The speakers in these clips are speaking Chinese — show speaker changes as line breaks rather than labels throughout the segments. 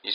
你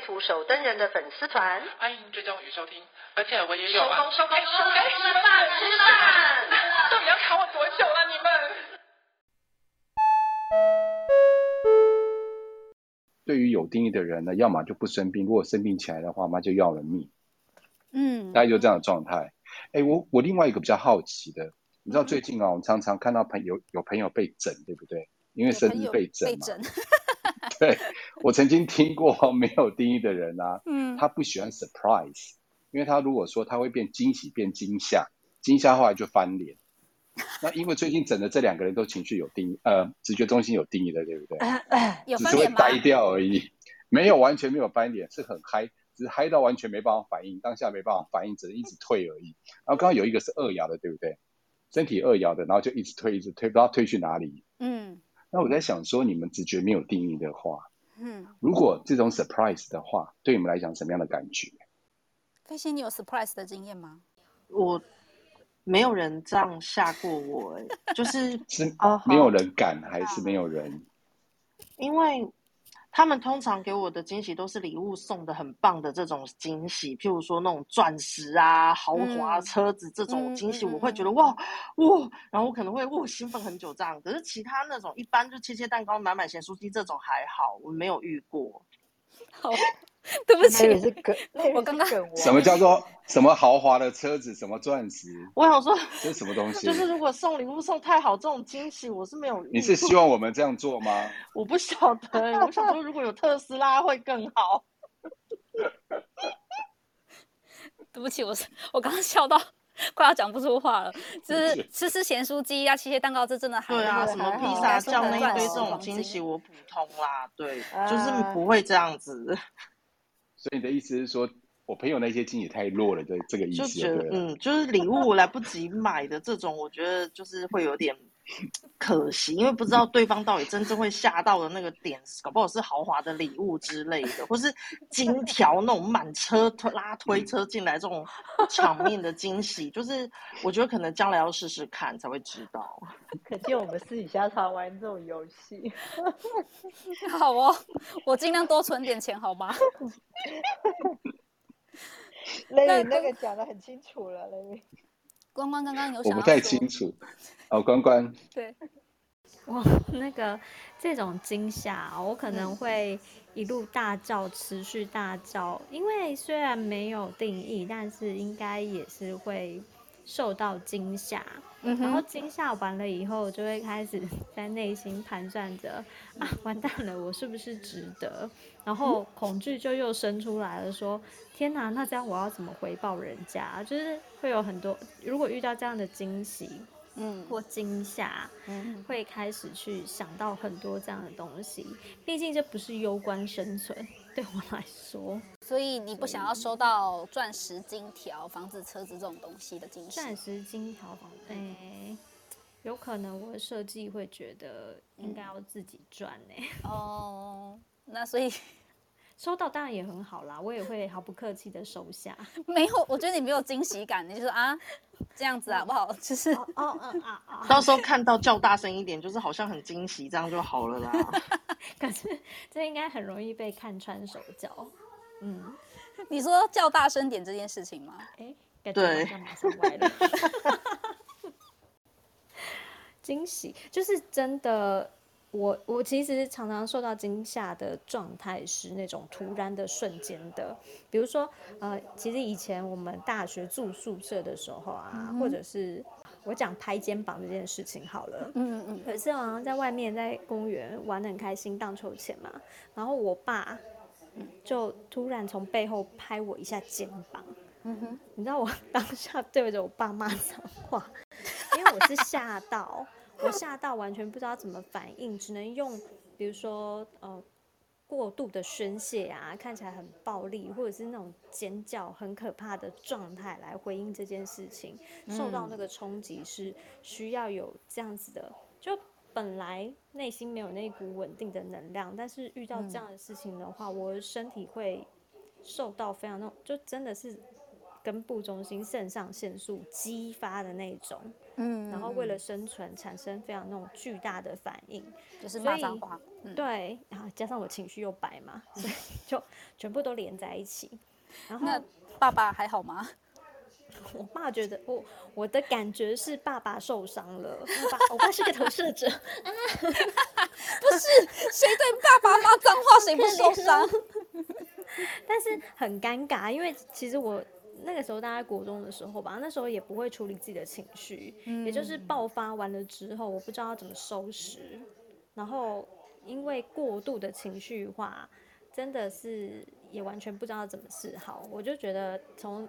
图守灯人的粉丝团。
欢迎追踪与收听，而且我也
收 工收工
哎
收工，
哎
吃饭吃饭。
到底要卡我多久了？你们？
对于有定义的人呢，要么就不生病，如果生病起来的话，那就要了命，
嗯
大概就这样的状态。哎，我我另外一个比较好奇的，你知道最近啊，我们常常看到朋友有朋友被整，对不对？因为
有
生
朋
日
友
被整
被
嘛。
整，
对，我曾经听过 没有定义的人啊，
嗯，
他不喜欢 surprise，因为他如果说他会变惊喜变惊吓，惊吓后来就翻脸。那因为最近整的这两个人都情绪有定义，呃，直觉中心有定义的，对不对？
有
只
翻
是会
脸吗？
呆掉而已，没有完全没有翻脸，是很嗨，只是嗨到完全没办法反应，当下没办法反应，只能一直退而已。然后刚刚有一个是二爻的，对不对？身体二爻的，然后就一直退，一直退，不知道退去哪里。
嗯
那我在想说，你们直觉没有定义的话，
嗯，
如果这种 surprise 的话，对你们来讲什么样的感觉？
飞仙，你有 surprise 的经验吗？
我没有人这样吓过我、欸，就是
是
哦，好
没有人敢，还是没有人？
因为他们通常给我的惊喜都是礼物送的很棒的这种惊喜，譬如说那种钻石啊、豪华
嗯
车子这种
嗯
惊喜，
嗯
我会
嗯
觉得
嗯
哇哇，然后我可能会哇兴奋很久这样。可是其他那种一般就切切蛋糕、买买咸酥鸡这种还好，我没有遇过。
好，对不
那也是
起，
梗，那
我刚刚
什么叫做什么豪华的车子，什么钻石，
我想说，
这是什么东西
就？是如果送礼物送太好这种惊喜，我是没有遇过。
你是希望我们这样做吗？
我不晓得欸，我想说如果有特斯拉会更好。
对不起，我是我刚刚笑到 快要讲不出话了。就是吃吃咸酥鸡啊，切切蛋糕，这真的还
对啊，
对
什么
还
披
好
萨
啊
酱那
送
一
的
堆这
钻石
种
黄
惊喜，
我
我普通啦，对，
啊
就是不会这样子，
所以你的意思是说，我朋友那些经也太弱了，这这个意
就
思
觉
对啊
得
了。
嗯，就是礼物来不及买的这种，我觉得就是会有点可惜，因为不知道对方到底真正会吓到的那个点，搞不好是豪华的礼物之类的，或是金条那种满车推拉推车进来这种场面的惊喜，就是我觉得可能将来要试试看才会知道。
可见我们私底下常玩这种游戏。
好哦，我尽量多存点钱，好吗？
那那个讲的很清楚了，雷米。
关关刚刚有
我
想要
不太
说
清楚。哦，关关，
对，
我 那个这种惊吓，哦我可能
嗯
会一路大叫，持续大叫，因为虽然没有定义，但是应该也是会受到惊吓。
嗯
然后
哼，
惊吓完了以后，就会开始 在内心盘算着啊，完蛋了，我是不是值得？然后 恐惧就又生出来了，说天哪，那这样我要怎么回报人家？就是会有很多，如果遇到这样的惊喜
嗯
或惊吓，
嗯
会开始去想到很多这样的东西。毕竟这不是攸关生存，对我来说，
所以你不想要收到钻石、金条、房子、车子这种东西的惊喜？
钻石金条房，哎、有可能我的设计会觉得应该要自己赚呢、
哦，那所以
收到当然也很好啦，我也会毫不客气的收下。
没有，我觉得你没有惊喜感，你就说啊这样子好不好？就是
哦哦嗯啊啊！
到时候看到叫大声一点，就是好像很惊喜，这样就好 了啦。
可是这应该很容易被看穿手脚。嗯，
你说叫大声点这件事情吗？
哎、感觉好
对
像马上歪了。惊喜就是真的，我我其实常常受到惊吓的状态是那种突然的瞬间的，比如说呃，其实以前我们大学住宿舍的时候啊，或者是我讲拍肩膀这件事情好了，
嗯嗯
有一次好像在外面在公园玩的很开心，荡秋千嘛，然后我爸就突然从背后拍我一下肩膀，
嗯哼，
你知道我 当下对着我爸骂脏话，因为我是吓到，我吓到完全不知道怎么反应，只能用比如说呃过度的宣泄啊，看起来很暴力，或者是那种尖叫很可怕的状态来回应这件事情，受到那个冲击是需要有这样子的，就本来内心没有那股稳定的能量，但是遇
嗯
到这样的事情的话，我身体会受到非常那种，就真的是根部中心肾上腺素激发的那种，
嗯
然后为了生存产生非常那种巨大的反应。
就是
所
骂
以
脏话，嗯，
对，然后加上我情绪又白嘛， 所以就全部都连在一起。然后
那爸爸还好吗？
我爸觉得我我的感觉是爸爸受伤了，我爸我爸是个投射者，
谁对爸爸骂脏话，谁不受伤？
哦但
嗯
是很尴尬，因为其实我那个时候大概国中的时候吧，那时候也不会处理自己的情绪，也就是
嗯
爆发完了之后，我不知道要怎么收拾，然后因为过度的情绪化，真的是也完全不知道怎么是好。我就觉得从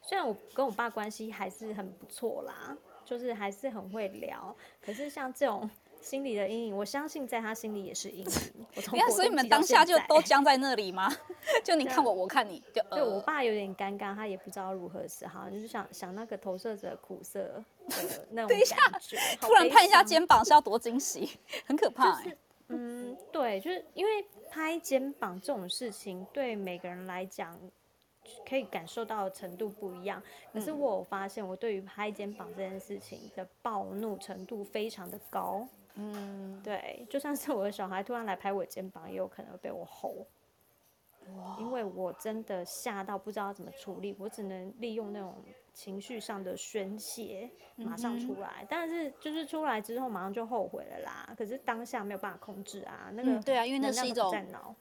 虽然我跟我爸关系还是很不错啦，就是还是很会聊，可是像这种。心理的阴影，我相信在他心里也是阴影。我从
你看，
国
所以你
中
们
记到
当下
现
就
在
都僵在那里吗？ 就你
对啊
看我，我看你，就
对
呃
我爸有点尴尬，他也不知道如何是好，就是想想那个投射者苦涩 的那种
等一下
感觉，好
突然
悲
拍一下
伤
肩膀是要多惊喜，很可怕欸。
嗯，对，就是因为拍肩膀这种事情，对每个人来讲，可以感受到的程度不一样。可
嗯
是我有发现，我对于拍肩膀这件事情的暴怒程度非常的高。嗯，对，就算是我的小孩突然来拍我肩膀，也有可能会被我吼。因为我真的吓到不知道怎么处理，我只能利用那种情绪上的宣泄，
嗯
马上出来。但是就是出来之后马上就后悔了啦，可是当下没有办法控制啊，那个、
嗯对啊因为那是一种
在脑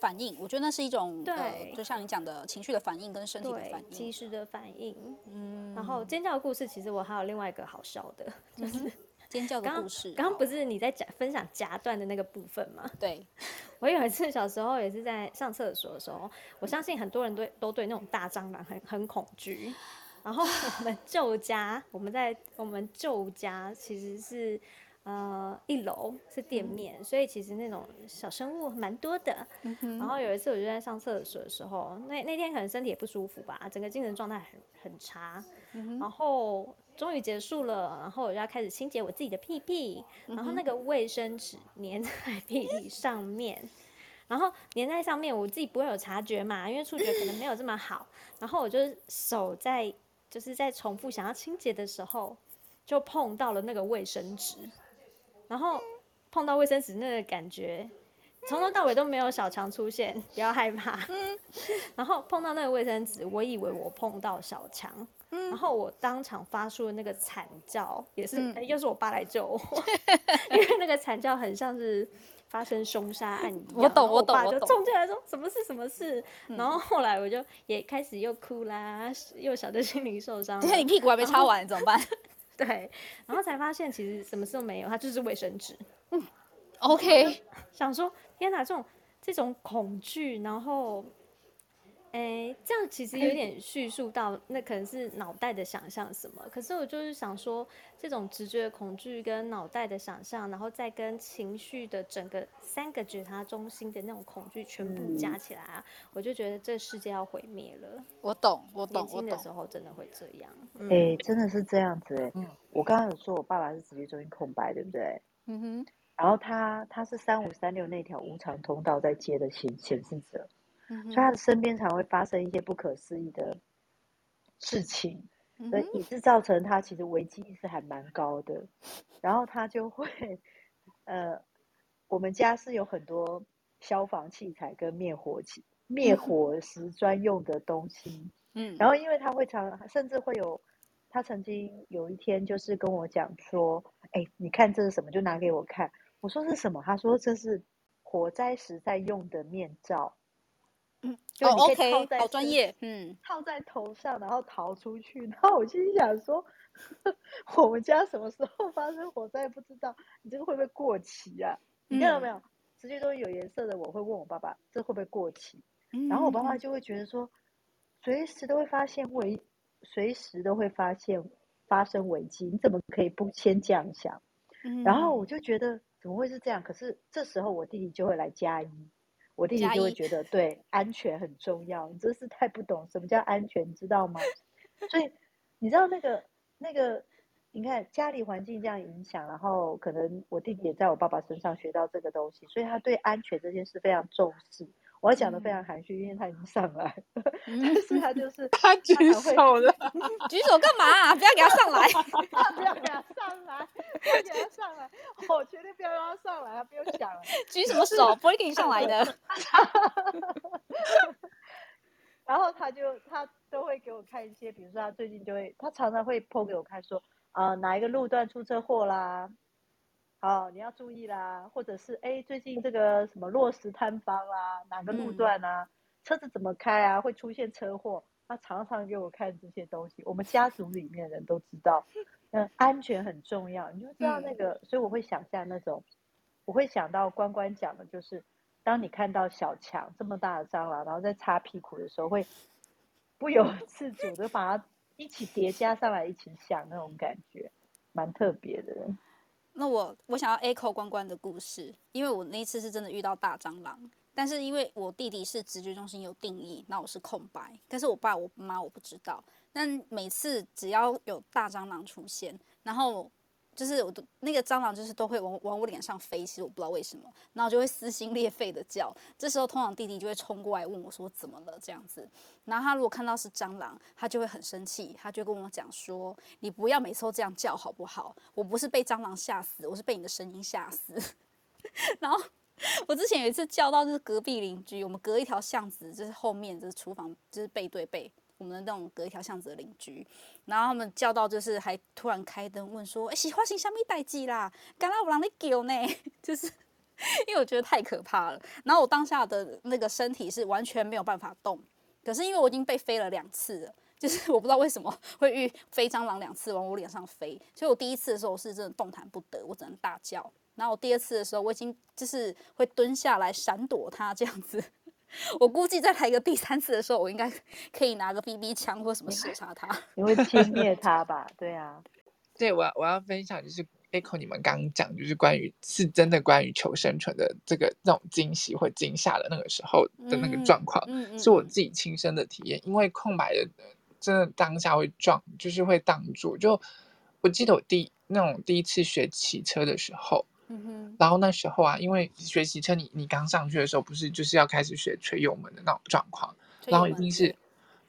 反应，我觉得那是一种呃
对，
就像你讲的情绪的反应跟身体的
对
反
及
应。
时的反应。嗯，然后尖叫的故事其实我还有另外一个好笑的，
尖叫的
刚
故事，
刚刚不是哦你在讲分享夹断的那个部分吗？
对，
我有一次小时候也是在上厕所的时候，我相信很多人对都对那种大蟑螂很很恐惧。然后我们旧家，我们在我们旧家其实是呃一楼是店面，所以其实那种小生物蛮多的。然后有一次我就在上厕所的时候，那那天可能身体也不舒服吧，整个精神状态很很差。然后终于结束了，然后我就要开始清洁我自己的屁屁，然后那个卫生纸粘在屁屁上面，然后粘在上面，我自己不会有察觉嘛，因为触觉可能没有这么好。然后我就是手在就是在重复想要清洁的时候，就碰到了那个卫生纸，然后碰到卫生纸那个感觉。从头到尾都没有小强出现，不要害怕。
嗯
然后碰到那个卫生纸，我以为我碰到小强，
嗯
然后我当场发出的那个惨叫，也
嗯
是、呃又是我爸来救 我，因为那个惨叫很像是发生凶杀案一样。
我懂
然后
我
我
懂
爸
我
就
懂
冲进来说什么事什么事，然后后来我就也开始又哭啦，又小的心灵受伤了
等一。下你屁股还没擦完怎么办
对，然后才发现其实什么事都没有，它就是卫生纸。
？OK，
想说天哪，这种这种恐惧，然后，诶，这样其实有点叙述到那可能是脑袋的想象什么，可是我就是想说，这种直觉的恐惧跟脑袋的想象，然后再跟情绪的整个三个觉察中心的那种恐惧全部加起来啊，我就觉得这世界要毁灭了。
我懂，我懂
年，
我
轻的时
懂。
候真的会这样，
哎、真的是这样子哎、我刚刚有说我爸爸是直觉中心空白，对不对？
嗯哼，
然后他他是三五三六那条无常通道在接的显显示者，所以他的身边常会发生一些不可思议的事情，所以以致造成他其实危机意识还蛮高的。然后他就会，呃，我们家是有很多消防器材跟灭火器、灭火时专用的东西。
嗯
然后因为他会常，甚至会有，他曾经有一天就是跟我讲说：“哎，你看这是什么？”就拿给我看。我说是什么？他说这是火灾时在用的面罩。就
哦
你可以套
，OK，
在
好专
身
业，嗯，
套在头上，然后逃出去。然后我心想说， 我们家什么时候发生火灾不知道，你这个会不会过期啊？你看到没有？直接都有颜色的，我会问我爸爸，这会不会过期？然后我爸爸就会觉得说，随时都会发现危，随时都会发现发生危机，你怎么可以不先这样
嗯
想？然后我就觉得怎么会是这样？可是这时候我弟弟就会来加一，我弟弟
加
就会
一
觉得对安全很重要。你真是太不懂什么叫安全，你知道吗？所以你知道那个那个，你看家里环境这样影响，然后可能我弟弟也在我爸爸身上学到这个东西，所以他对安全这件事非常重视。我要讲
嗯
的非常含蓄，因为他已经上来， 但是他就是
他举
还会
手了，
嗯举手干嘛啊、不要给他上来。
不要给他上来，不要给他上来，我绝对不要让他上来，他不用想了。
举什么手？不会给你上来的。
然后他就他都会给我看一些，比如说他最近就会，他常常会 PO 给我看说，啊、哪一个路段出车祸啦，好、你要注意啦，或者是哎最近这个什么落实摊方啦，哪个路
嗯
段啊，车子怎么开啊，会出现车祸，他常常给我看这些东西，我们家族里面人都知道，嗯，安全很重要，你就知道那个，所以我会想象那种，我会想到关关讲的就是。当你看到小强这么大的蟑螂，然后在擦屁股的时候，会不由自主的把它一起叠加上来，一起想那种感觉，蛮特别的。
那我我想要 echo 关关的故事，因为我那一次是真的遇到大蟑螂，但是因为我弟弟是直觉中心有定义，那我是空白，但是我爸我妈我不知道。但每次只要有大蟑螂出现，然后就是我都那个蟑螂就是都会往我往我脸上飞，其实我不知道为什么，然后我就会撕心裂肺的叫。这时候通常弟弟就会冲过来问我说怎么了这样子，然后他如果看到是蟑螂，他就会很生气，他就跟我讲说你不要每次都这样叫好不好？我不是被蟑螂吓死，我是被你的声音吓死。 然后我之前有一次叫到就是隔壁邻居，我们隔一条巷子，就是后面就是厨房，就是背对背。我们的那种隔一条巷子的邻居，然后他们叫到就是还突然开灯问说：“哎、喜欢型虾米代志啦？干啦有人在叫呢？” 就是因为我觉得太可怕了。然后我当下的那个身体是完全没有办法动，可是因为我已经被飞了两次了，就是我不知道为什么会遇飞蟑螂两次往我脸上飞，所以我第一次的时候我是真的动弹不得，我只能大叫。然后我第二次的时候，我已经就是会蹲下来闪躲它这样子。我估计再来一个第三次的时候，我应该可以拿个 BB 枪或什么射杀它。
你会轻蔑它吧？对啊，
对，我要我要分享就是 echo 你们刚刚讲，就是关于是真的关于求生存的这个那种惊喜或惊吓的那个时候的那个状况，
嗯嗯，
是我
嗯
自己亲身的体验，因为空白的呃真的当下会撞，就是会挡住。就我记得我第那种第一次学骑车的时候，
嗯哼
然后那时候啊，因为学骑车你你刚上去的时候，不是就是要开始学吹油门的那种状况，
推
然后
油
一
门
定
对
是，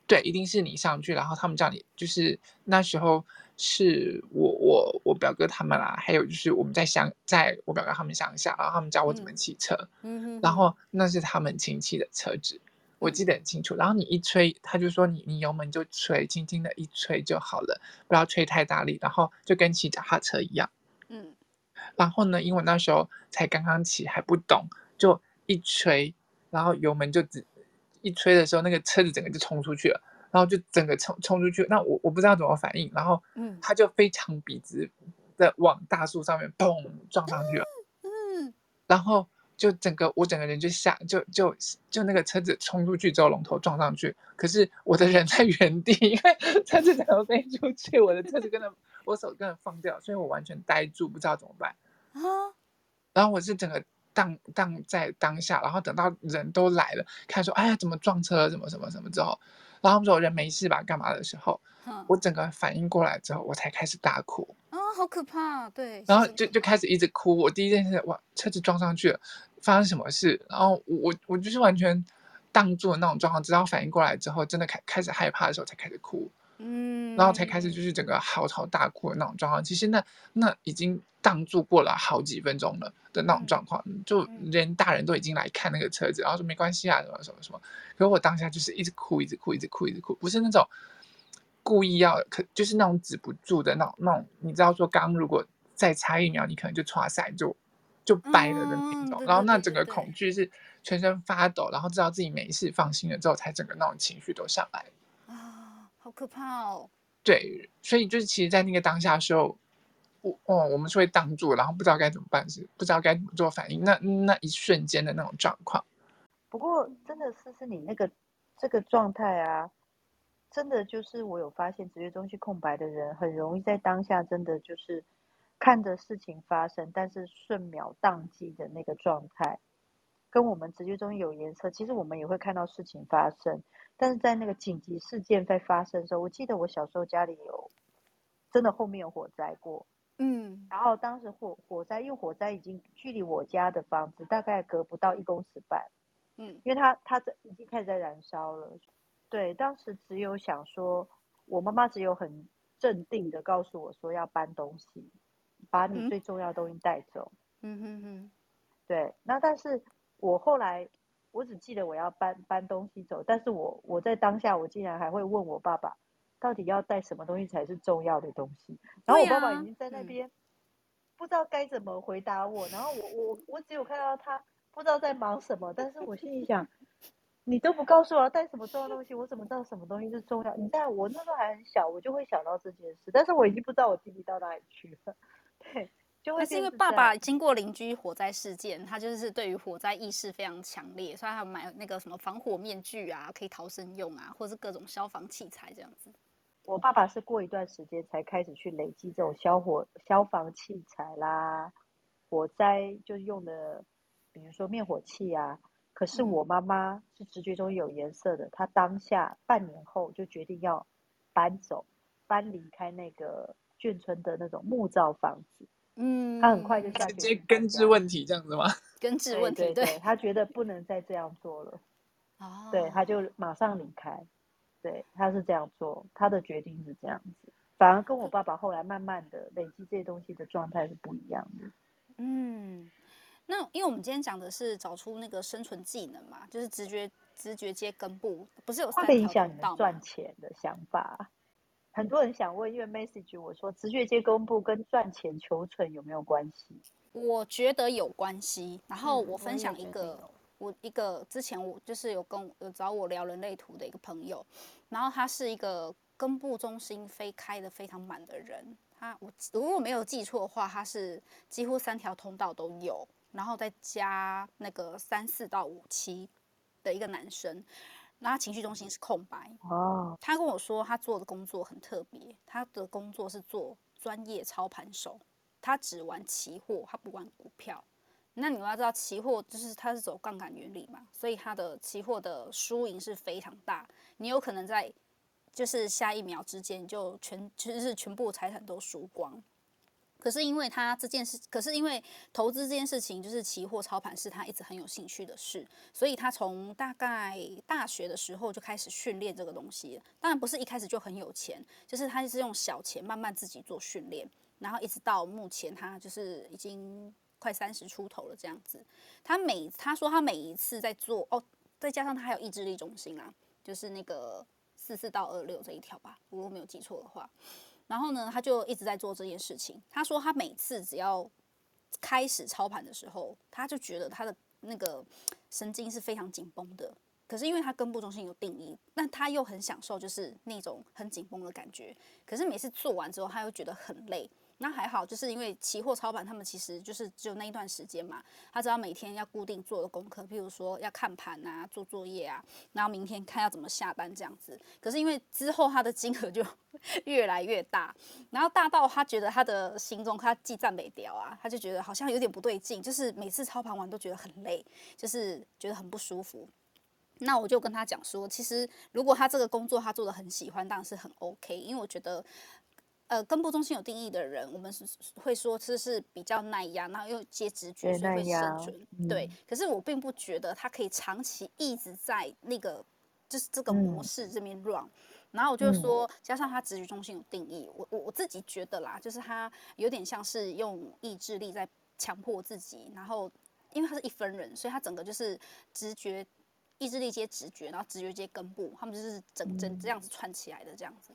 对，一定是你上去，然后他们叫你，就是那时候是我我我表哥他们啦、还有就是我们在乡，在我表哥他们乡下，然后他们教我怎么
嗯
骑车，
嗯哼，
然后那是他们亲戚的车子，我记得很清楚。然后你一吹，他就说你你油门就吹，轻轻的一吹就好了，不要吹太大力，然后就跟骑脚踏车一样。
嗯
然后呢，因为我那时候才刚刚骑，还不懂，就一吹，然后油门就只一吹的时候，那个车子整个就冲出去了，然后就整个冲冲出去。那我我不知道怎么反应，然后
嗯
他就非常笔直的往大树上面砰撞上去了，
嗯
然后就整个我整个人就吓，就就就那个车子冲出去之后，龙头撞上去，可是我的人在原地，因为车子整个飞出去，我的车子跟着我手跟着放掉，所以我完全呆住，不知道怎么办。
啊，
然后我是整个当当在当下，然后等到人都来了，看说哎呀怎么撞车了，怎么什么什么之后，然后他们说我人没事吧，干嘛的时候，
哼
我整个反应过来之后，我才开始大哭，
啊，好可怕，对，
然
是
后
真
就
的
就开始一直哭。我第一件事，哇，车子撞上去了，发生什么事？然后我我就是完全当住的那种状况，直到反应过来之后，真的开开始害怕的时候才开始哭。
嗯，
然后才开始就是整个嚎啕大哭的那种状况。其实那那已经荡住过了好几分钟了的那种状况，就
嗯
连大人都已经来看那个车子，然后说没关系啊，什么什么什么。可是我当下就是一直哭，一直哭，一直哭，一直哭，不是那种故意要，可就是那种止不住的那种那种。你知道说刚如果再差一秒，你可能就唰塞就。就掰了的那
嗯
种，
对
然后
对
那
对
整
对
个
对
恐惧是全身发抖，然后知道自己没事，放心了之后，才整个那种情绪都上来。
啊，好可怕哦，
对，所以就是其实，在那个当下的时候，我哦，我们是会当住，然后不知道该怎么办，是不知道该怎么做反应。那那一瞬间的那种状况，
不过真的思思，你那个这个状态啊，真的就是我有发现，职业中心空白的人很容易在当下真的就是看着事情发生，但是瞬秒宕机的那个状态。跟我们直觉中有颜色，其实我们也会看到事情发生，但是在那个紧急事件在发生的时候，我记得我小时候家里有真的后面有火灾过，
嗯，
然后当时火火灾，因为火灾已经距离我家的房子大概隔不到一公尺半，
嗯，
因为它它在已经开始在燃烧了。对，当时只有想说，我妈妈只有很镇定的告诉我说要搬东西，把你
嗯
最重要的东西带走。
嗯哼哼，
对，那但是我后来我只记得我要搬搬东西走，但是我我在当下我竟然还会问我爸爸，到底要带什么东西才是重要的东西？然后我
对
爸爸
啊
已经在那
嗯
边、不知道该怎么回答我，然后我我我只有看到他不知道在忙什么，但是我心里想，你都不告诉我要带什么重要东西，我怎么知道什么东西是重要？你在我那时候还很小，我就会想到这件事，但是我已经不知道我弟弟到哪里去了， 对，就会
那是因
变
为
成
爸
这样
爸经过邻居火灾事件，他就是对于火灾意识非常强烈，所以他买那个什么防火面具啊，可以逃生用啊，或者是各种消防器材这样子。
我爸爸是过一段时间才开始去累积这种消火、消防器材啦，火灾就是用的，比如说灭火器啊。可是
嗯
我妈妈是直觉中有颜色的，她当下半年后就决定要搬走，搬离开那个眷村的那种木造房子。
嗯，
他很快就下决
直接
心搬
根
家
治问题这样子吗？
根治
对
问题，
对对，她觉得不能再这样做了，
哦，
对，她就马上离开。对，他是这样做，他的决定是这样子，反而跟我爸爸后来慢慢的累积这些东西的状态是不一样的。
嗯，那因为我们今天讲的是找出那个生存技能嘛，就是直觉直觉接根部，不是有
会
三
不会
条
影响你
通
们
道吗
赚？钱的想法？很多人想问，因为 message 我说，直觉接公布跟赚钱求存有没有关系？
我觉得有关系。然后
嗯
我
我
分
也
享一
觉得
个，
有
我一个之前我就是有跟我有找我聊人类图的一个朋友，然后他是一个根部中心非开的非常满的人。他我如果没有记错的话，他是几乎三条通道都有，然后再加那个三四到五七的一个男生，那他情绪中心是空白。
哦，
他跟我说，他做的工作很特别，他的工作是做专业操盘手，他只玩期货，他不玩股票。那你们要知道，期货就是它是走杠杆原理嘛，所以它的期货的输赢是非常大，你有可能在就是下一秒之间你就全就是全部财产都输光。可是因为他这件事，可是因为投资这件事情，就是期货操盘是他一直很有兴趣的事，所以他从大概大学的时候就开始训练这个东西了。当然不是一开始就很有钱，就是他是用小钱慢慢自己做训练，然后一直到目前他就是已经快三十出头了这样子。他每他说他每一次在做哦，再加上他还有意志力中心啊，就是那个四四到二六这一条吧，如果没有记错的话。然后呢，他就一直在做这件事情。他说他每次只要开始操盘的时候，他就觉得他的那个神经是非常紧绷的。可是因为他根部中心有定义，但他又很享受就是那种很紧绷的感觉。可是每次做完之后，他又觉得很累。那还好，就是因为期货操盘，他们其实就是只有那一段时间嘛，他只要每天要固定做的功课，譬如说要看盘啊、做作业啊，然后明天看要怎么下单这样子。可是因为之后他的金额就 越来越大，然后大到他觉得他的心中他记占北掉啊，他就觉得好像有点不对劲，就是每次操盘完都觉得很累，就是觉得很不舒服。那我就跟他讲说，其实如果他这个工作他做的很喜欢，当然是很 OK，因为我觉得。呃，根部中心有定义的人，我们是会说这是比较耐压，然后又接直觉，
对
所以
那
会生
样
存。对
嗯，
可是我并不觉得他可以长期一直在那个就是这个模
嗯
式这边 run。然后我就
嗯
说，加上他直觉中心有定义，我我我自己觉得啦，就是他有点像是用意志力在强迫自己，然后因为他是一分人，所以他整个就是直觉、意志力接直觉，然后直觉接根部，他们就是整整
嗯
这样子串起来的这样子。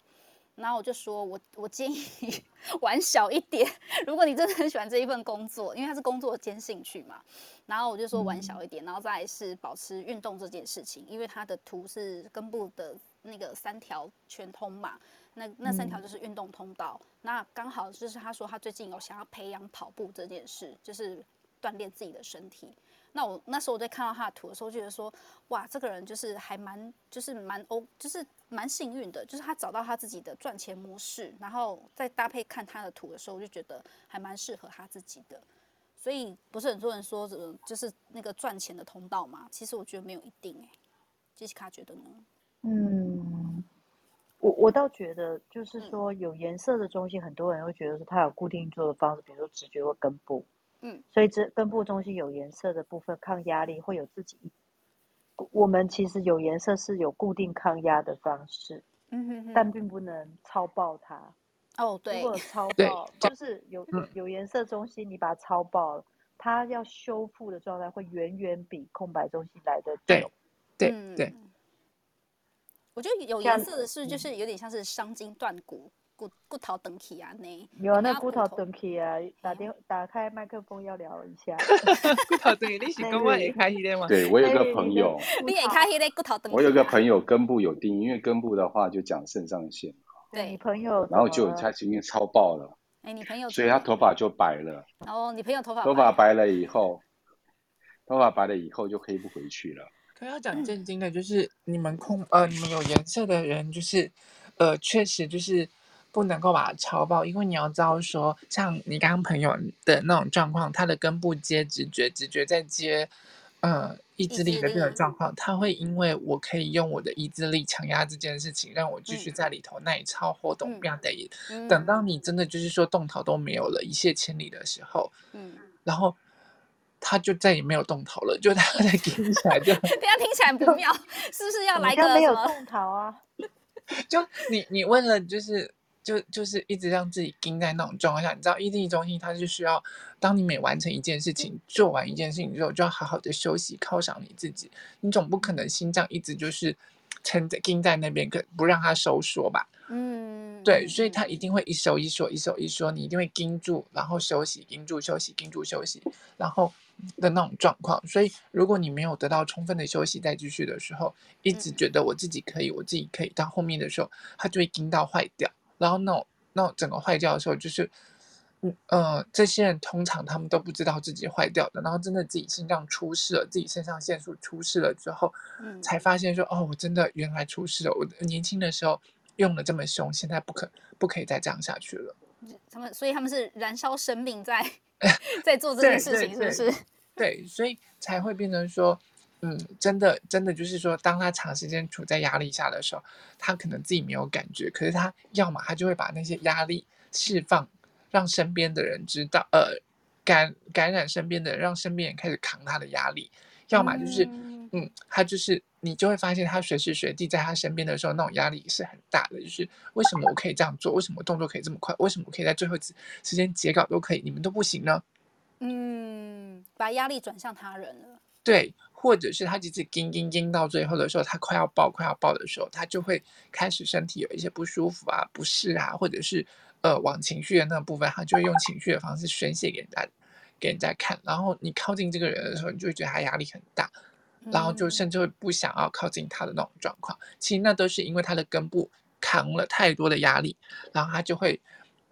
然后我就说，我我建议 你玩小一点， 如果你真的很喜欢这一份工作，因为它是工作兼兴趣嘛。然后我就说玩小一点，然后再来是保持运动这件事情，因为它的图是根部的那个三条全通嘛，那那三
嗯
条就是运动通道。那刚好就是他说他最近有想要培养跑步这件事，就是锻炼自己的身体。那我那时候我在看到他的图的时候，就觉得说，哇，这个人就是还蛮，就是蛮欧，就是蛮幸运的，就是他找到他自己的赚钱模式，然后再搭配看他的图的时候，我就觉得还蛮适合他自己的。所以不是很多人说什么就是那个赚钱的通道嘛？其实我觉得没有一定哎、杰西卡觉得呢？
嗯，我我倒觉得，就是
嗯
说有颜色的东西，很多人会觉得说它有固定做的方式，比如说直觉或根部。
嗯，
所以这根部中心有颜色的部分，抗压力会有自己一。我们其实有颜色是有固定抗压的方式，
嗯哼
但并不能超爆它。
哦
如
对，
果超
对嗯
爆，就是有有有颜色中心，你把它超爆了，它要修复的状态会远远比空白中心来得
对
久。
对
嗯
对，
我觉得有
像
颜色的
嗯
是就是有点像是伤筋断骨、骨骨头等起啊那。
有啊，那
啊
骨
骨
头
头
登 key 啊，打
嘿
电打开麦克风要聊一 下。
骨头 对，你是
那
讲我
是
会开始的吗？
对我有一个
哎
朋
你的
友，
骨
你也
头
看迄个骨头啊等
我有一个
友，
朋友根部有定义，因为根部的话就讲肾上腺，
对你
对，
朋友怎
然后
么
就
了？
他今天超爆了，
哎，你朋友
所
怎
以他
么了？
头发就白了，
哦，你朋友头发
头发白
白，
了以后，头发白了以后就黑不回去了。
可要
嗯
讲正经的，就是你们空呃，你们有颜色的人，就是呃，确实就是不能够把它超爆，因为你要知道说，像你刚刚朋友的那种状况，他的根部接直觉，直觉再接呃意
意
志力
志
的这种
力
状况，他会因为我可以用我的意志力强压这件事情，让我继续
嗯
在里头耐操活动，
嗯
不要得意。等
嗯
到你真的就是说动头都没有了，一泻千里的时候，
嗯，
然后他就再也没有动头了，就他 的听起来就。
这样听起来不妙，是不是要
怎么
来
叫
个
没
什
有
么？
动桃啊？
就你你为了就是就就是一直让自己盯在那种状况下，你知道，异地中心它是需要，当你每完成一件事情、做完一件事情之后，就要好好的休息，犒赏你自己。你总不可能心脏一直就是撑着盯在那边，可不让它收缩吧？
嗯，
对，
嗯
所以它
嗯
一定会一收一缩，一收一缩，你一定会盯住，然后休息，盯住休息，盯住休息，然后的那种状况。所以如果你没有得到充分的休息，再继续的时候，一直
嗯
觉得我自己可以，我自己可以，到后面的时候，它就会盯到坏掉。然后那种那种整个坏掉的时候，就是，嗯呃，这些人通常他们都不知道自己坏掉的，然后真的自己心脏出事了，自己肾上腺素出事了之后，
嗯
才发现说，哦，我真的原来出事了。我年轻的时候用的这么凶，现在不可不可以再这样下去了。
嗯，他们所以他们是燃烧生命 在在做这件
对
事
对
情，是不
对
是？
对，所以才会变成说，嗯，真的真的就是说，当他长时间处在压力下的时候，他可能自己没有感觉，可是他要么他就会把那些压力释放，让身边的人知道，呃，感感染身边的人，让身边人开始扛他的压力，要么就是，
嗯
嗯，他就是你就会发现他随时随地在他身边的时候，那种压力是很大的。就是为什么我可以这样做？为什么我动作可以这么快？为什么我可以在最后一次时间截稿都可以，你们都不行呢？
嗯，把压力转向他人了。
对，或者是他即使盯盯盯到最后的时候，他快要爆快要爆的时候，他就会开始身体有一些不舒服啊、不适啊，或者是呃往情绪的那部分，他就会用情绪的方式宣泄给人家给人家看。然后你靠近这个人的时候，你就会觉得他压力很大，然后就
嗯
甚至会不想要靠近他的那种状况。其实那都是因为他的根部扛了太多的压力，然后他就会。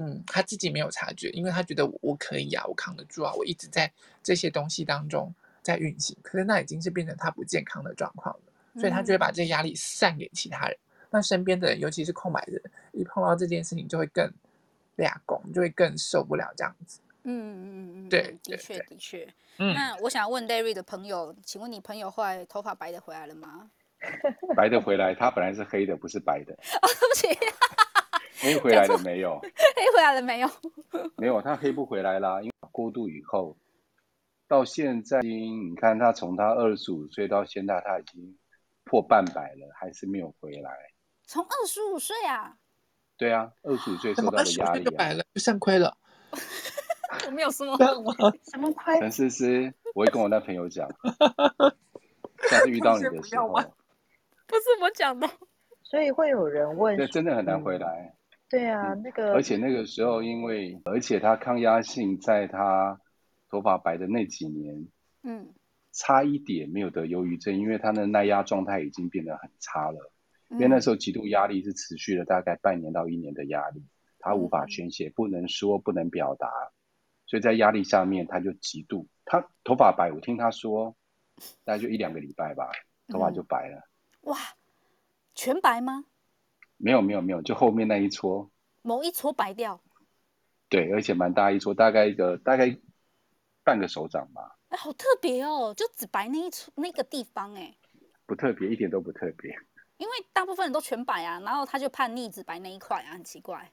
嗯，他自己没有察觉，因为他觉得我我可以啊，我扛得住啊，我一直在这些东西当中在运行，可是那已经是变成他不健康的状况了，所以他就会把
嗯
这压力散给其他人。那身边的人，尤其是空白的人，一碰到这件事情就会更俩拱，就会更受不了这样子。
嗯嗯嗯嗯
对
嗯，的
对
确
对，
的确。
嗯，
那我想问 Larry 的朋友，请问你朋友后来头发白的回来了 吗？
白的回来，他本来是黑的，不是白的，
啊，对不起，
黑回
讲
来
错，
了没有？
黑回来了没有？
没有，他黑不回来啦，因为过渡以后，到现在已经，你看他从他二十五岁到现在，他已经破半百了，还是没有回来。
从二十五岁啊，
对啊，二十五岁
怎
受到
么二
的
十五
压
岁就
力啊。
白了，就肾 亏了？
我没有说。
这样吗？
什么 快？
陈思思，我会跟我那朋友 讲，下次遇
同
到你
学
的
不
时
要玩。
候，
不是我讲的。
所以会有人问
这
说，
真的很难回
嗯，
来。
对啊，
嗯，
那
而
个
且那个时候，因为而且他抗压性在他头发白的那几年，
嗯
差一点没有得忧郁症，因为他的耐压状态已经变得很差了。因为那时
嗯
候极度压力是持续了大概半年到一年的压力，他无法
嗯
宣泄，不能说，不能表达，所以在压力下面他就极度，他头发白，我听他说，大概就一两个礼拜吧，头发就
嗯，
白了。
哇，全白吗？
没有没有没有，就后面那一撮，
某一撮白掉。
对，而且蛮大一撮，大概一个大概半个手掌吧，
哎、好特别哦，就只白那一处那个地方哎、
不特别，一点都不特别。
因为大部分人都全白啊，然后他就叛逆只白那一块啊，很奇怪，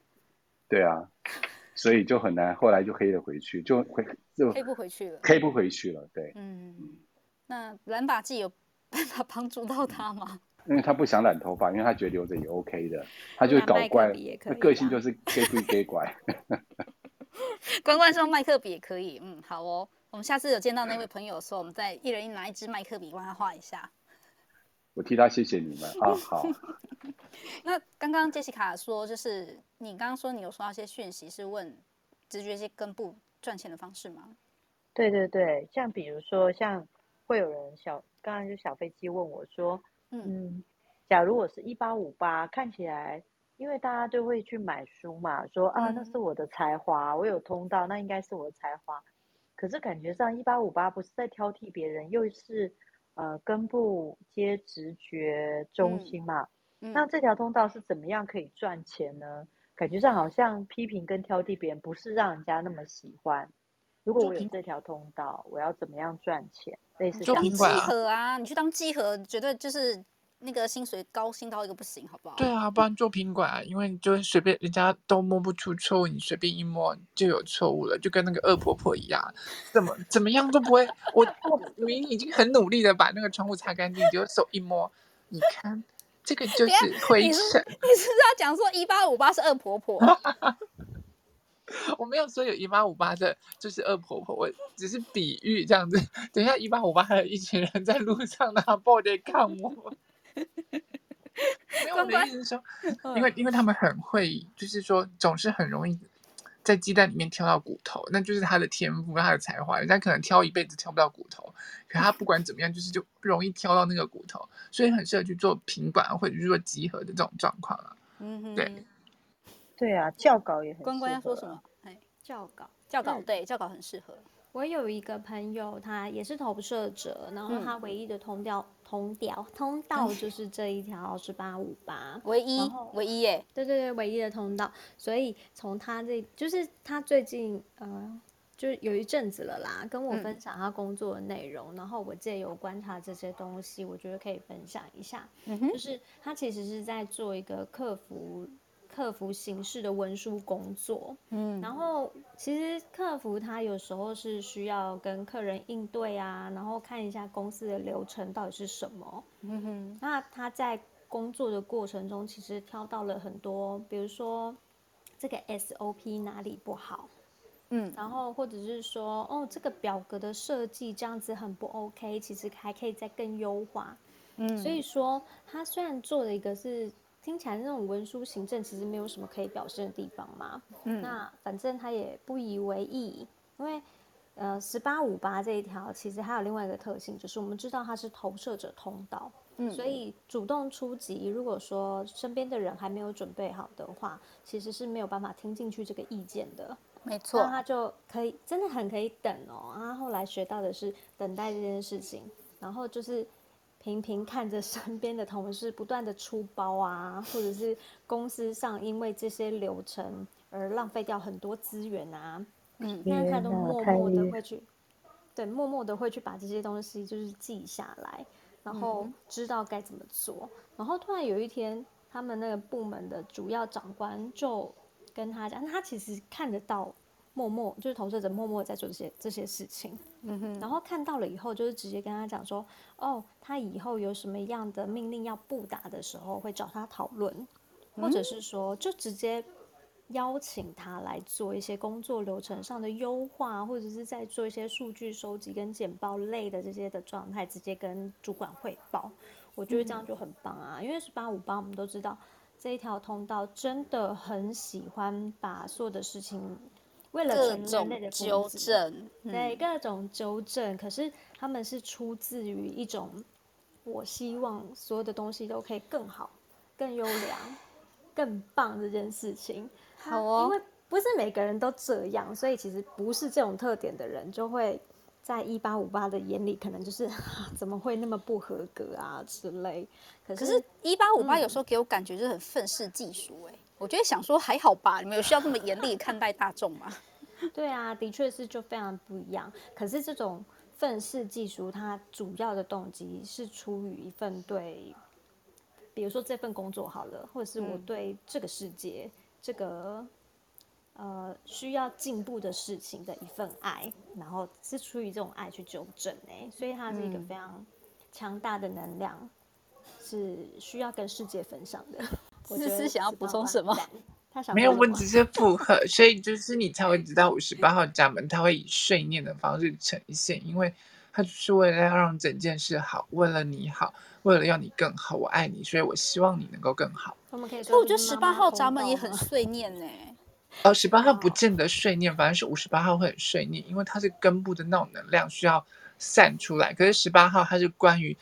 对啊，所以就很难，后来就黑了回去，就回就
黑不回去了。
黑不回去了。对，
嗯，那染发剂有办法帮助到他吗？
因为他不想染头发，因为他觉得留着也 OK 的，他就
染
搞
麦克
怪
笔也，可
那
以
个性
啊
就是给鬼给拐。
关关说麦克笔也可以，嗯，好哦。我们下次有见到那
嗯
位朋友的时候，我们再一人拿一支麦克笔帮他画一下。
我替他谢谢你们啊，好，
那刚刚杰西卡说，就是你刚刚说你有收到一些讯息，是问直觉性跟不赚钱的方式吗？
对对对，像比如说，像会有人小，刚刚就小飞机问我说，
嗯
嗯，假如我是一八五八，看起来，因为大家都会去买书嘛，说啊，那
嗯
是我的才华，我有通道，那应该是我的才华。可是感觉上一八五八不是在挑剔别人，又是呃根部接直觉中
嗯
心嘛，那
嗯
这条通道是怎么样可以赚钱呢？感觉上好像批评跟挑剔别人不是让人家那么喜欢。如果
做
我有
评
这条通道，我要怎么样赚钱？类似像
做
当
品
这
管
集
啊
样，
合啊，你去当集合，绝对就是那个薪水高薪到一个不行，好不好？
对啊，不然做品管啊，因为你就是随便人家都摸不出错误，你随便一摸就有错误了，就跟那个恶婆婆一样，怎么怎么样都不会。我我明明已经很努力的把那个窗户擦干净，结果手一摸，你看这个就
等一下
是灰
你是
尘。
你是不是要讲说一八五八是恶婆婆？
啊我没有说有一八五八的，就是恶婆婆，我只是比喻这样子。等一下一八五八还有一群人在路上拿布袋看我。没有我
关
的意
关，
思是说，因为
嗯
因为他们很会，就是说总是很容易在鸡蛋里面挑到骨头，那就是他的天赋，他的才华。人家可能挑一辈子挑不到骨头，可他不管怎么样，就是就容易挑到那个骨头，所以很适合去做平板或者是说集合的这种状况啊。
嗯
对
哼，
对啊，教稿也很
关关
适
要
合
说什
啊。
么？哎，
教稿，
教稿
嗯，
对，教稿很适合。
我有一个朋友，他也是投射者，然后
嗯哎
他唯一的通调通调通道就是这一条是八五八，
唯
然
一
后
唯一耶，
对对对，唯一的通道。所以从他这，就是他最近呃，就是有一阵子了啦，跟我
嗯
分享他工作的内容，然后我借由观察这些东西，我觉得可以分享一下。
嗯哼，
就是他其实是在做一个客服客服形式的文书工作，然
嗯
后其实客服他有时候是需要跟客人应对啊，然后看一下公司的流程到底是什么。
嗯哼，
那他在工作的过程中，其实挑到了很多，比如说这个 SOP 哪里不好，
嗯
然后或者是说，哦，这个表格的设计这样子很不 OK，其实还可以再更优化。所以
嗯
说，他虽然做的一个是听起来那种文书行政，其实没有什么可以表现的地方嘛。
嗯
那反正他也不以为意，因为呃，十八五八这一条其实还有另外一个特性，就是我们知道它是投射者通道，所
嗯
以主动出击，如果说身边的人还没有准备好的话，其实是没有办法听进去这个意见的。
没
那
错，
他就可以真的很可以等哦。啊，后来学到的是等待这件事情，然后就是频频看着身边的同事不断的出包啊，或者是公司上因为这些流程而浪费掉很多资源啊，
嗯
但是他
天
都
呐，
默
太
默的
厉害！
会去对，默默的会去把这些东西就是记下来，然
嗯
后
哼，
知道该怎么做。然后突然有一天，他们那个部门的主要长官就跟他讲，那他其实看得到默默就是投射者默默在做这些这些事情，
嗯哼，
然后看到了以后，就是直接跟他讲说，哦，他以后有什么样的命令要布达的时候，会找他讨论，或者
嗯
是说就直接邀请他来做一些工作流程上的优化，或者是在做一些数据收集跟简报类的这些的状态，直接跟主管汇报。我觉得
嗯
这样就很棒啊，因为是八五八，我们都知道这一条通道真的很喜欢把所有的事情为了
各
全人类
种
的福
纠
祉，
正，
对
嗯
各种纠正，可是他们是出自于一种我希望所有的东西都可以更好、更 优良、更棒这件事情。
好
他因
哦，
为不是每个人都这样，所以其实不是这种特点的人就会。在一八五八的眼里，可能就是 怎么会那么不合格啊之类。可
可是
是，
一八五八有
嗯，
时候给我感觉欸就是很愤世嫉俗哎，我就会想说还好吧，你们有需要这么严厉看待大众吗？
对啊，的确是就非常不一样。可是这种愤世嫉俗，它主要的动机是出于一份对，比如说这份工作好了，或者是我
嗯
对这个世界、这个呃需要进步的事情的一份爱，然后是出于这种爱去纠正哎、所以它是
嗯
一个非常强大的能量，是需要跟世界分享 的。我
思
觉
思
得
想要
十
补
八
充
万
什么
赞？他想
没
说
有，
什
我
么
只是附和，所以就是你才会知道五十八号闸门，它会以碎念的方式呈现，因为它就是为了要让整件事好，为了你好，为了要你更好，我爱你，所以我希望你能够更好。
我们可以
可
说
我
这
觉得
是
十
妈
八
妈
号
通
闸门
道
也很
吗？
碎念欸呢、
呃，十八号不
哦
见得碎念，反而是五十八号会很碎念，因为它是根部的那种能量需要散出来。可是十八号它是关于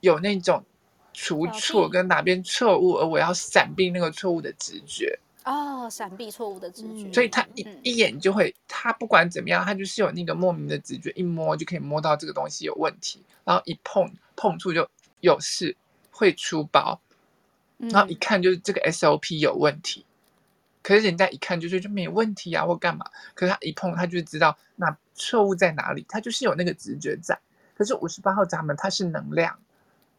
有那种除
逃
错
避，
跟哪边错误，而我要闪避那个错误的直觉，
哦，闪避错误的直觉。
所以他一
嗯，
一眼就会，他不管怎么样，他就是有那个莫名的直觉，一摸就可以摸到这个东西有问题，然后一碰碰触就有事，会出包，然后一
嗯，
看就是这个 SOP 有问题。可是人家一看就是就没问题啊，或干嘛？可是他一碰，他就知道那错误在哪里，他就是有那个直觉在。可是五十八号闸门，它是能量，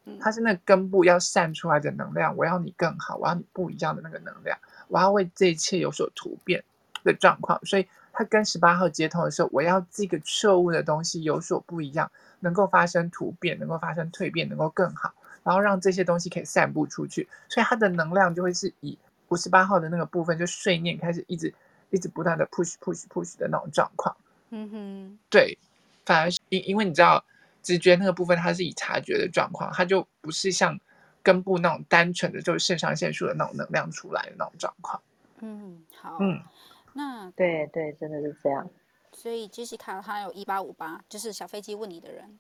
嗯
它是那根部要散出来的能量。我要你更好，我要你不一样的那个能量，我要为这一切有所突变的状况。所以它跟十八号接通的时候，我要这个错误的东西有所不一样，能够发生突变，能够发生蜕变，能够更好，然后让这些东西可以散布出去。所以它的能量就会是以五十八号的那个部分，就碎念开始一直一直不断的 push push push 的那种状况。
嗯哼，
对，反而是因因为你知道，直觉那个部分它是以察觉的状况，它就不是像根部那种单纯的就是肾上腺素的那种能量出来的那种状况。
嗯，好。
嗯，
那
对对，真的是这样。
所以 Jessica 她有一八五八，就是小飞机问你的人。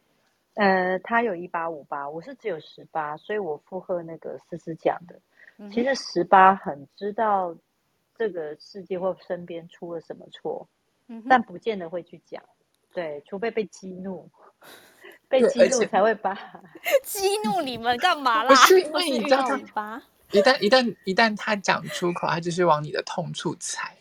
呃，他有一八五八，我是只有十八，所以我附和那个思思讲的。
嗯
其
哼，
实十八很知道这个世界或身边出了什么错，
嗯
但
哼，
不见得会去讲。对，除非被激怒，被
对，
激
而
怒
且
才会把。
激怒你们干嘛
不
啦？
是因
或
为
是
你知
遇
道
到
他
尾巴，
一旦一旦一旦他讲出口，他就是往你的痛处踩。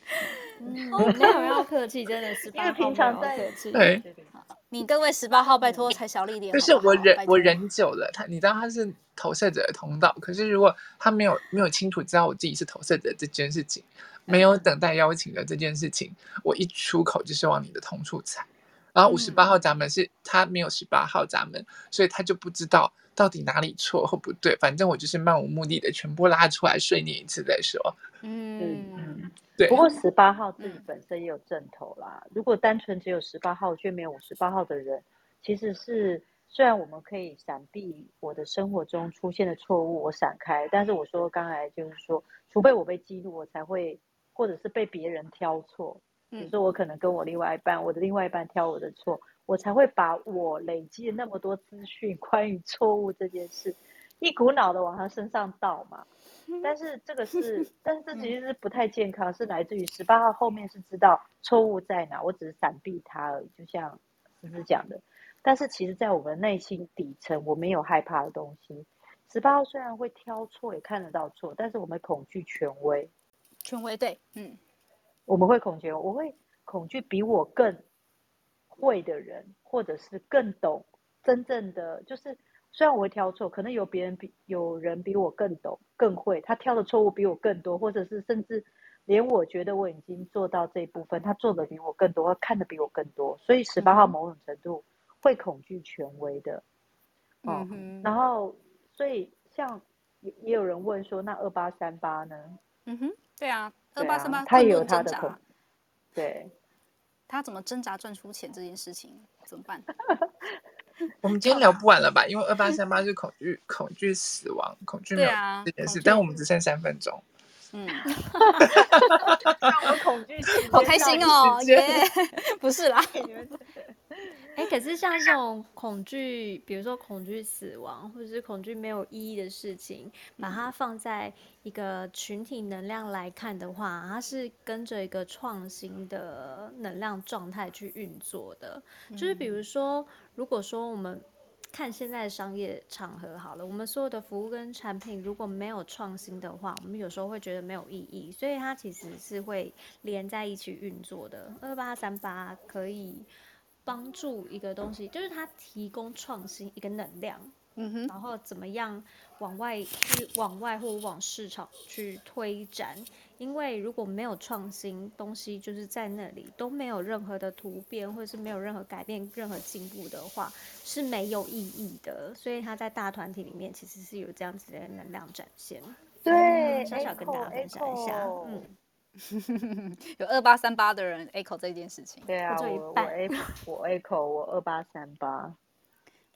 好
嗯，没有要
可
客气，真的十
因为
八号
平
没有
常
要
在
客气，
对，
对对对，
你各位十八号，拜
嗯，
托，才小力一点
就
嗯好
是
不
我
好？
忍
拜
我
托。
忍久了，他你知道他是投射者的通道，可是如果他没有没有清楚知道我自己是投射者这件事情，没
嗯
有等待邀请的这件事情，我一出口就是往你的痛处踩。然后五十八
嗯
号闸门是他没有十八号闸门，所以他就不知道到底哪里错或不对。反正我就是漫无目的的全部拉出来睡你一次再说。
是
嗯
嗯。不
对，
过十八号自己
嗯
本身也有正头啦。如果单纯只有十八号却没有五十八号的人，其实是虽然我们可以闪避我的生活中出现的错误，我闪开，但是我说刚才就是说，除非我被激怒，我才会，或者是被别人挑错。比如
嗯
说，我可能跟我另外一半，我的另外一半挑我的错，我才会把我累积的那么多资讯 关于错误这件事，一股脑的往他身上倒嘛。但是这个是，但是这
嗯
其实是不太健康，是来自于十八号后面是知道错误在哪，我只是闪避它而已，就像思思讲的。但是其实，在我们内心底层，我们有害怕的东西。十八号虽然会挑错，也看得到错，但是我们恐惧权威，
权威对，嗯
我们会恐惧，我会恐惧比我更会的人，或者是更懂真正的，就是虽然我会挑错，可能有别人比有人比我更懂、更会，他挑的错误比我更多，或者是甚至连我觉得我已经做到这一部分，他做的比我更多，他看的比我更多，所以十
嗯
八号
哼
某种程度会恐惧权威的哦。
嗯哼
然后，所以像也也有人问说，那二八三八呢？
嗯哼，对啊，二
对
八三
啊，
八
他
更
也有
论
他
挣
的恐
扎，
对。
他怎么挣扎赚出钱这件事情怎么办？
我们今天
好
聊
啦，
不完了吧？因为二八三八是恐惧、恐惧死亡、恐惧没
对
有
啊，
这件
恐
事，但我
惧，
们只剩三分钟。
嗯，
让我恐惧时
好
间
开
到
心
底
时
哦，
间
耶、 不是 啦，
哎你们
哎、可是像这种恐惧，比如说恐惧死亡，或者是恐惧没有意义的事情，把它放在一个群体能量来看的话，它是跟着一个创新的能量状态去运作的。就是比如说，如果说我们看现在的商业场合好了，我们所有的服务跟产品如果没有创新的话，我们有时候会觉得没有意义，所以它其实是会连在一起运作的。二八三八可以帮助一个东西，就是它提供创新一个能量，
嗯哼，
然后怎么样往外去往外或往市场去推展？因为如果没有创新，东西就是在那里都没有任何的突变，或者是没有任何改变、任何进步的话，是没有意义的。所以它在大团体里面其实是有这样子的能量展现。
对
小小跟大家分享一下，
，echo，echo
嗯，
有二八三八的人 echo 这件事情，
对啊，
做一
我我
半
A 我 echo 我二八三八，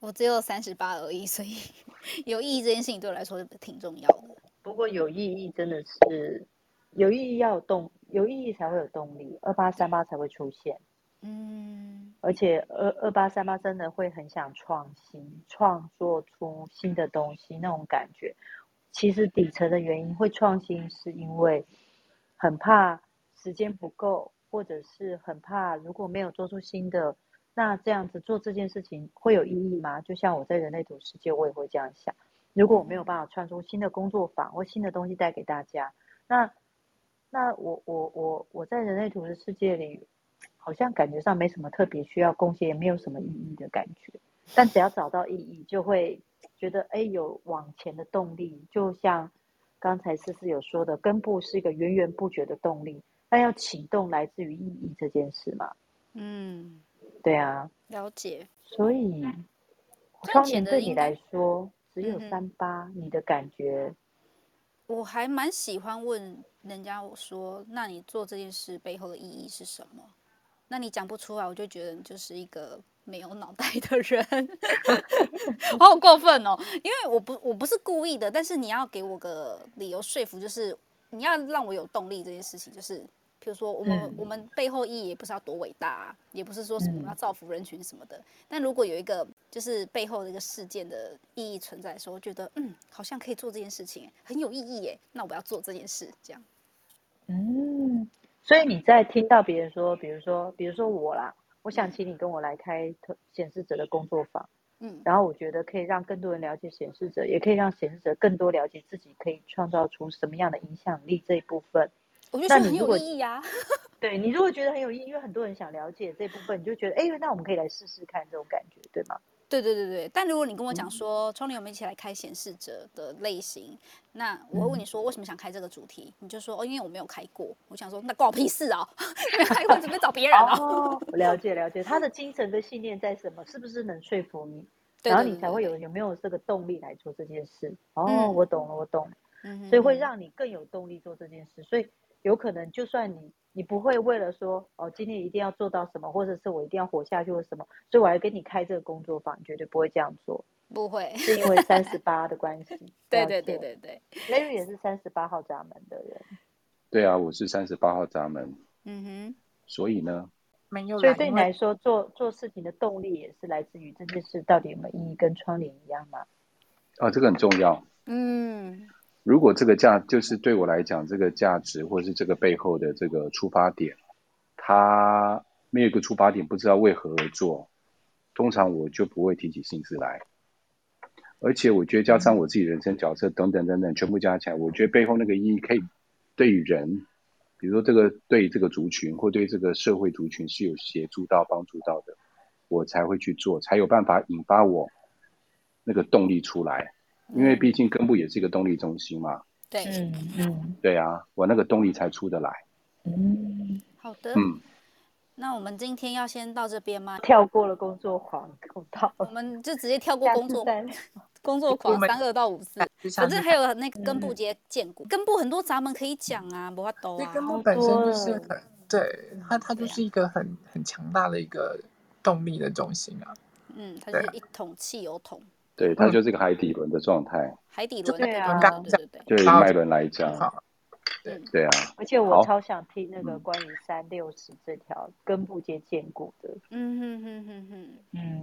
我只有三十八而已，所以 有意义这件事情对我来说是挺重要的。
不过有意义真的是有意义要有动，有意义才会有动力，二八三八才会出现，
嗯，
而且二二八三八真的会很想创新，创作出新的东西那种感觉。其实底层的原因会创新，是因为很怕时间不够，或者是很怕如果没有做出新的，那这样子做这件事情会有意义吗？就像我在人类图世界，我也会这样想：如果我没有办法创出新的工作坊或新的东西带给大家，那那我我我我在人类图的世界里，好像感觉上没什么特别需要贡献，也没有什么意义的感觉。但只要找到意义，就会觉得哎有往前的动力。就像刚才思思有说的，根部是一个源源不绝的动力，那要启动来自于意义这件事嘛？
嗯，
对啊，
了解。
所以
嗯这样
窗
写
帘
得
对你
应该
来说只有
嗯哼
三八，你的感觉
我还蛮喜欢问人家我说，那你做这件事背后的意义是什么？那你讲不出来，我就觉得你就是一个没有脑袋的人， 好过分哦！因为我不我不是故意的，但是你要给我个理由说服，就是你要让我有动力这件事情，就是比如说我们、
嗯
我们背后意义也不是要多伟大、啊，也不是说什么我们
嗯
要造福人群什么的，但如果有一个就是背后的一个事件的意义存在的时候，我觉得嗯，好像可以做这件事情，很有意义耶。那我要做这件事，这样。
嗯，所以你在听到别人说，比如说，比如说我啦，我想请你跟我来开特显示者的工作坊。
嗯
然后我觉得可以让更多人了解显示者，也可以让显示者更多了解自己可以创造出什么样的影响力这一部分。
我就觉
那
得
你
很有
如果
意义啊。
对你如果觉得很有意义，因为很多人想了解这部分，你就觉得哎，诶那我们可以来试试看这种感觉，对吗？
对对对对，但如果你跟我
嗯
讲说，窗帘我们一起来开显示者的类型，那我
嗯
会问你说为什么想开这个主题，你就说哦，因为我没有开过。我想说那关我屁事啊， 没开过准备找别人啊。
哦，我了解了解，他的精神跟信念在什么？是不是能说服你？
对
然后
对
你
对
才
对
会
对
有有没有这个动力来做这件事？哦，
嗯
我懂了，我懂了。
嗯哼
所以会
哼
让你更有动力做这件事。所以有可能，就算你你不会为了说哦，今天一定要做到什么，或者是我一定要活下去或什么，所以我来跟你开这个工作坊，你绝对不会这样做，
不会，
是因为三十八的关系。
对
了
对对
解
对对，
，Larry 也是三十八号闸门的人，
对啊，我是三十八号闸门，
嗯
所以呢，
没有
所以
啦，
对
因
你
为
来说，做做事情的动力也是来自于这件事到底有没有意义，跟窗帘一样嘛。
啊，这个很重要。
哼，嗯
如果这个价就是对我来讲，这个价值或是这个背后的这个出发点，它没有一个出发点，不知道为何而做，通常我就不会提起兴致来。而且我觉得加上我自己人生角色等等等等，全部加起来，我觉得背后那个意义可以对于人，比如说这个对这个族群或对这个社会族群是有协助到、帮助到的，我才会去做，才有办法引发我那个动力出来。因为毕竟根部也是一个动力中心嘛，
对，
嗯嗯
对啊，我那个动力才出得来。
嗯，
好的，
嗯，
那我们今天要先到这边吗？
跳过了工作狂，够到
我
了，
们就直接跳过
下
工
次
作
再聊。
工作
我
狂
们
三二到五四，
就像
反
是
正还有那
嗯
个根部接建股，根部很多闸门可以讲啊，没法抖
这根
啊。
木
好
本身
多
就是
了
很对，它它
对
就
啊
是一个很很强大的一个动力的中心啊。
嗯，它就
对
是
啊，
一桶汽油桶，
对，它就是一个海底轮的状态，
海底
就
轮。
跟
对
对对
我们
啊
刚
对对
刚讲
对对，
对于
到
脉
这
轮来
情
讲，
况，对
嗯，
对啊，
而且我
好，
超想听那个
嗯
关于三六十这条根部接见骨的，
嗯哼哼哼哼，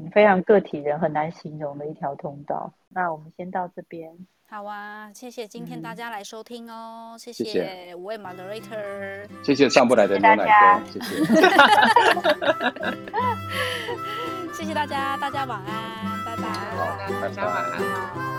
嗯，非常个体人很难形容的一条通道。那我们先到这边，
好啊，谢谢今天大
嗯，
家来收听哦，谢
谢谢
谢五位 moderator，
谢谢上不来的
谢谢大
牛奶哥
家，
谢谢，
谢谢大家，大家晚安，拜拜。
拜
啊
好，大家晚安。
拜。